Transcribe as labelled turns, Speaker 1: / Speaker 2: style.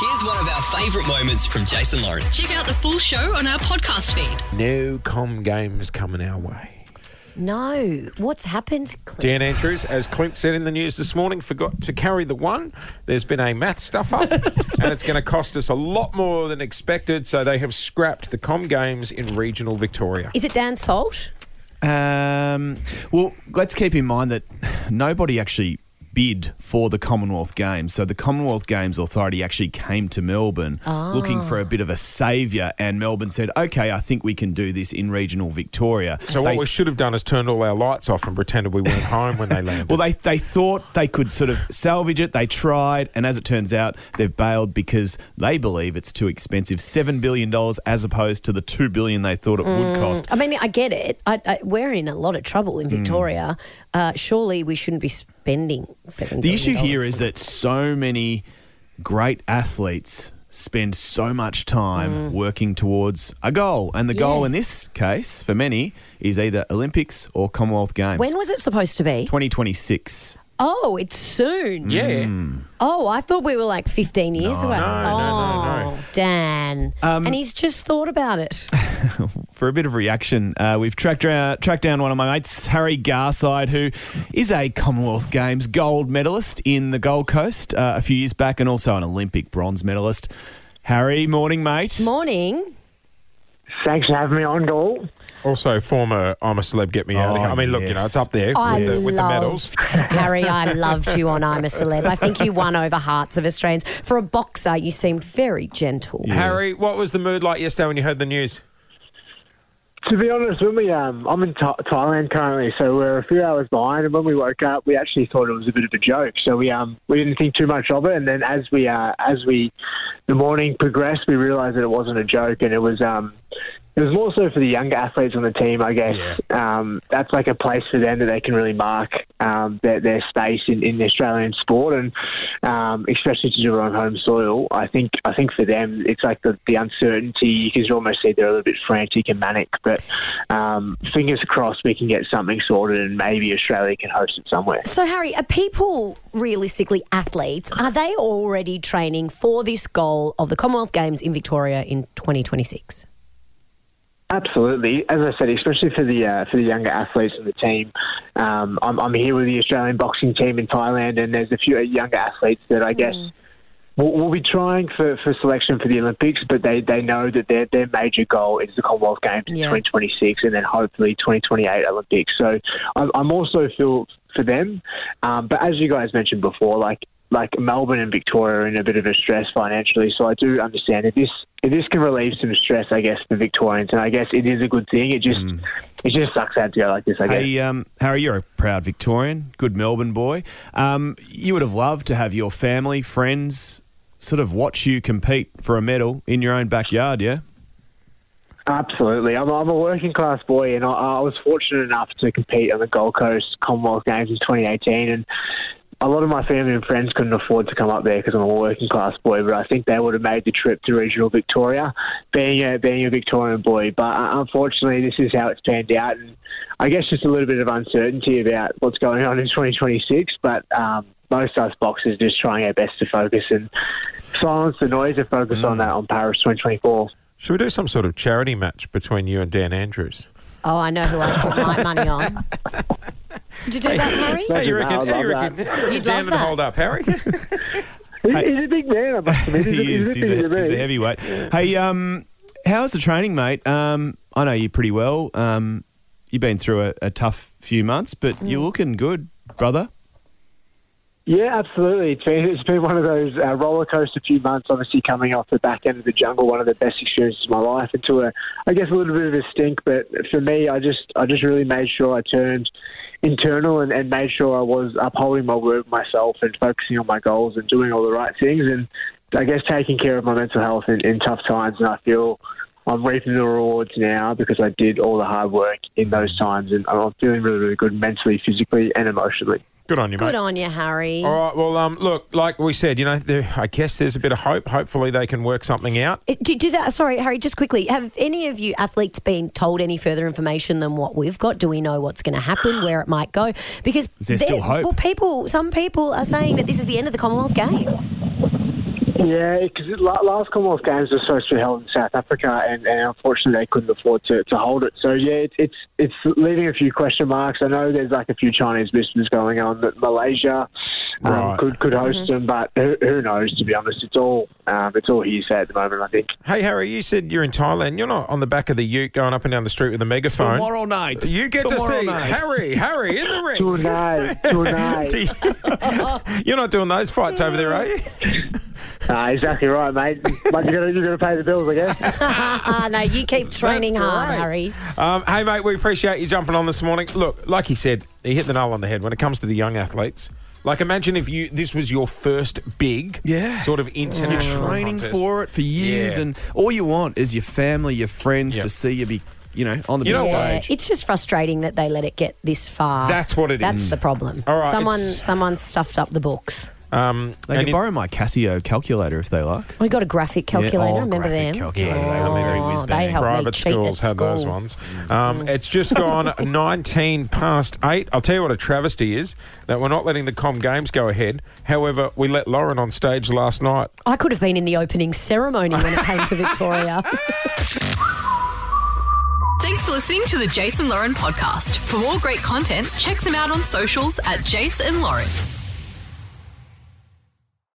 Speaker 1: Here's one of our favourite moments from Jason Lauren.
Speaker 2: Check out the full show on our podcast feed.
Speaker 3: No com games coming our way.
Speaker 4: No. What's happened? Clint?
Speaker 3: Dan Andrews, as Clint said in the news this morning, forgot to carry the one. There's been a math stuff up, and it's going to cost us a lot more than expected. So they have scrapped the com games in regional Victoria.
Speaker 4: Is it Dan's fault?
Speaker 5: Um, well, let's keep in mind that nobody actually bid for the Commonwealth Games. So the Commonwealth Games Authority actually came to Melbourne looking for a bit of a saviour, and Melbourne said, okay, I think we can do this in regional Victoria.
Speaker 3: So
Speaker 5: They-
Speaker 3: what we should have done is turned all our lights off and pretended we weren't home when they landed.
Speaker 5: well, they, they thought they could sort of salvage it. They tried, and as it turns out, they've bailed because they believe it's too expensive $7 billion as opposed to the $2 billion they thought it would cost.
Speaker 4: I mean, I get it. I, I, we're in a lot of trouble
Speaker 3: Hmm.
Speaker 4: in Victoria. Uh, surely we shouldn't be spending seven.
Speaker 5: The
Speaker 4: billion
Speaker 5: issue here
Speaker 4: dollars.
Speaker 5: is that so many great athletes spend so much time working towards a goal. And the goal in
Speaker 4: Mm. Yes.
Speaker 5: this case, for many, is either Olympics or Commonwealth Games.
Speaker 4: when was it supposed to be?
Speaker 5: 2026.
Speaker 4: Oh, it's soon.
Speaker 3: yeah.
Speaker 4: Oh, I thought we were like 15 years away.
Speaker 3: no,
Speaker 4: oh,
Speaker 3: no, Um, no.
Speaker 4: Dan. and he's just thought about it.
Speaker 5: For a bit of reaction, uh, we've tracked, ra- tracked down one of my mates, Harry Garside, who is a Commonwealth Games gold medalist in the Gold Coast uh, a few years back and also an Olympic bronze medalist. Harry, morning, mate.
Speaker 4: Morning.
Speaker 6: Thanks for having me on, Dol.
Speaker 3: Also, former I'm a celeb, get me out of
Speaker 5: Oh,
Speaker 3: here. I mean, look, you
Speaker 5: yes.
Speaker 3: know, it's up there
Speaker 4: I
Speaker 3: with the,
Speaker 4: loved,
Speaker 3: with the medals.
Speaker 4: Harry, I loved you on I'm a Celeb. I think you won over hearts of Australians. For a boxer, you seemed very gentle.
Speaker 3: Harry, what was the mood like yesterday when you heard the news?
Speaker 6: To be honest, when we um, I'm in Tha Thailand currently, so we're a few hours behind. And when we woke up, we actually thought it was a bit of a joke, so we um, we didn't think too much of it. And then as we uh, as we the morning progressed, we realised that it wasn't a joke, and it was um, it was more so for the younger athletes on the team, I guess. Um, that's like a place for them that they can really mark um, their, their space in, in the Australian sport, and um, especially to do it on home soil. I think I think for them, it's like the, the uncertainty. You can almost see they're a little bit frantic and manic. But um, fingers crossed, we can get something sorted, and maybe Australia can host it somewhere.
Speaker 4: So, Harry, are people realistically athletes? Are they already training for this goal of the Commonwealth Games in Victoria in 2026?
Speaker 6: Absolutely, as I said, especially for the uh, for the younger athletes on the team. Um, I'm, I'm here with the Australian boxing team in Thailand, and there's a few younger athletes that I guess will, will be trying for, for selection for the Olympics, but they, they know that their their major goal is the Commonwealth Games in
Speaker 4: Yeah.
Speaker 6: 2026, and then hopefully 2028 Olympics. So I'm, I'm also feel for them, um, but as you guys mentioned before, like. Like Melbourne and Victoria are in a bit of a stress financially, so I do understand if this if this can relieve some stress, I guess, for Victorians, and I guess it is a good thing. It just it just sucks out to go like this. I guess.
Speaker 5: Hey, um, Harry, you're a proud Victorian, good Melbourne boy. Um, you would have loved to have your family, friends, sort of watch you compete for a medal in your own backyard, yeah?
Speaker 6: Absolutely. I'm, I'm a working class boy, and I, I was fortunate enough to compete on the Gold Coast Commonwealth Games in 2018. And a lot of my family and friends couldn't afford to come up there because I'm a working class boy, but I think they would have made the trip to regional Victoria, being a, being a Victorian boy. But uh, unfortunately, this is how it's panned out. And I guess just a little bit of uncertainty about what's going on in 2026, but. Um, most us boxers just trying our best to focus and silence the noise and focus on that on Paris 2024.
Speaker 3: Should we do some sort of charity match between you and Dan Andrews?
Speaker 4: Oh, I know who I put my money on. Did you do that, Harry?
Speaker 3: Hey, you reckon,
Speaker 6: I'd
Speaker 3: hey, you
Speaker 6: love
Speaker 3: reckon, hey, you reckon
Speaker 4: You'd
Speaker 3: Dan
Speaker 4: love
Speaker 3: would
Speaker 4: that.
Speaker 3: hold up, Harry?
Speaker 6: He's, he's a big man. I must admit. He's, a,
Speaker 5: he
Speaker 6: he's
Speaker 5: is.
Speaker 6: a
Speaker 5: He's a,
Speaker 6: big man.
Speaker 5: he's a heavyweight. Hey, um, how's the training, mate? Um, I know you pretty well. Um, you've been through a, a tough few months, but you're looking good, brother.
Speaker 6: Yeah, absolutely. It's been, it's been one of those uh, roller coaster few months. Obviously, coming off the back end of the jungle, one of the best experiences of my life. Into a, I guess, a little bit of a stink. But for me, I just, I just really made sure I turned internal and, and made sure I was upholding my word with myself and focusing on my goals and doing all the right things. And I guess taking care of my mental health in, in tough times. And I feel I'm reaping the rewards now because I did all the hard work in those times, and I'm feeling really, really good mentally, physically, and emotionally.
Speaker 3: Good on you, mate.
Speaker 4: Good on you, Harry.
Speaker 3: All right. Well, um, look, like we said, you know, there, I guess there's a bit of hope. Hopefully, they can work something out.
Speaker 4: It- Do, do that. Sorry, Harry. Just quickly, have any of you athletes been told any further information than what we've got? Do we know what's going to happen, where it might go? Because
Speaker 5: Is there still
Speaker 4: there-
Speaker 5: hope?
Speaker 4: Well, people, some people are saying that this is the end of the Commonwealth Games.
Speaker 6: Yeah, because last Commonwealth Games were supposed to be held in South Africa, and, and unfortunately they couldn't afford to, to hold it. So yeah, it's, it's it's leaving a few question marks. I know there's like a few Chinese business going on that Malaysia um,
Speaker 3: Right.
Speaker 6: could could host them, but who, who knows? To be honest, it's all um, it's all hearsay at the moment. I think.
Speaker 3: Hey, Harry, you said you're in Thailand. You're not on the back of the ute going up and down the street with a megaphone.
Speaker 5: Tomorrow night.
Speaker 3: You get
Speaker 5: Tomorrow
Speaker 3: to see
Speaker 5: night.
Speaker 3: Harry, Harry in the ring.
Speaker 6: Tonight, tonight.
Speaker 3: Do you- You're not doing those fights over there, are you?
Speaker 6: Ah, exactly right, mate. But you're gonna you're gonna pay the bills, I guess.
Speaker 4: Ah, no, you keep training
Speaker 3: That's
Speaker 4: hard,
Speaker 3: great.
Speaker 4: Harry.
Speaker 3: Um, hey, mate, we appreciate you jumping on this morning. Look, like he said, he hit the nail on the head when it comes to the young athletes. Like, imagine if you this was your first big,
Speaker 5: Yeah.
Speaker 3: sort of
Speaker 5: You're
Speaker 3: international
Speaker 5: training
Speaker 3: contest.
Speaker 5: for it for years,
Speaker 3: Yeah.
Speaker 5: and all you want is your family, your friends
Speaker 3: Yeah.
Speaker 5: to see you be, you know, on the
Speaker 3: You
Speaker 5: big
Speaker 3: know what?
Speaker 5: stage.
Speaker 4: Yeah, it's just frustrating that they let it get this far.
Speaker 3: That's what it is.
Speaker 4: That's the problem.
Speaker 3: All right,
Speaker 4: someone
Speaker 3: it's-
Speaker 4: someone stuffed up the books.
Speaker 3: Um,
Speaker 5: They
Speaker 3: and
Speaker 5: can
Speaker 3: in-
Speaker 5: borrow my Casio calculator if they like.
Speaker 4: We got a graphic calculator.
Speaker 5: oh,
Speaker 4: remember
Speaker 5: graphic
Speaker 4: them?
Speaker 5: calculator, they
Speaker 3: were very
Speaker 4: Oh,
Speaker 5: whiz-bang.
Speaker 4: they helped me
Speaker 3: private
Speaker 4: cheat
Speaker 3: schools
Speaker 4: at
Speaker 3: had those
Speaker 4: school. Mm.
Speaker 3: ones. Um, It's just gone 19 past 8. I'll tell you what a travesty is that we're not letting the Com Games go ahead. However, we let Lauren on stage last night.
Speaker 4: I could have been in the opening ceremony when it came to Victoria.
Speaker 2: Thanks for listening to the Jason Lauren podcast. For more great content, check them out on socials at Jason Lauren.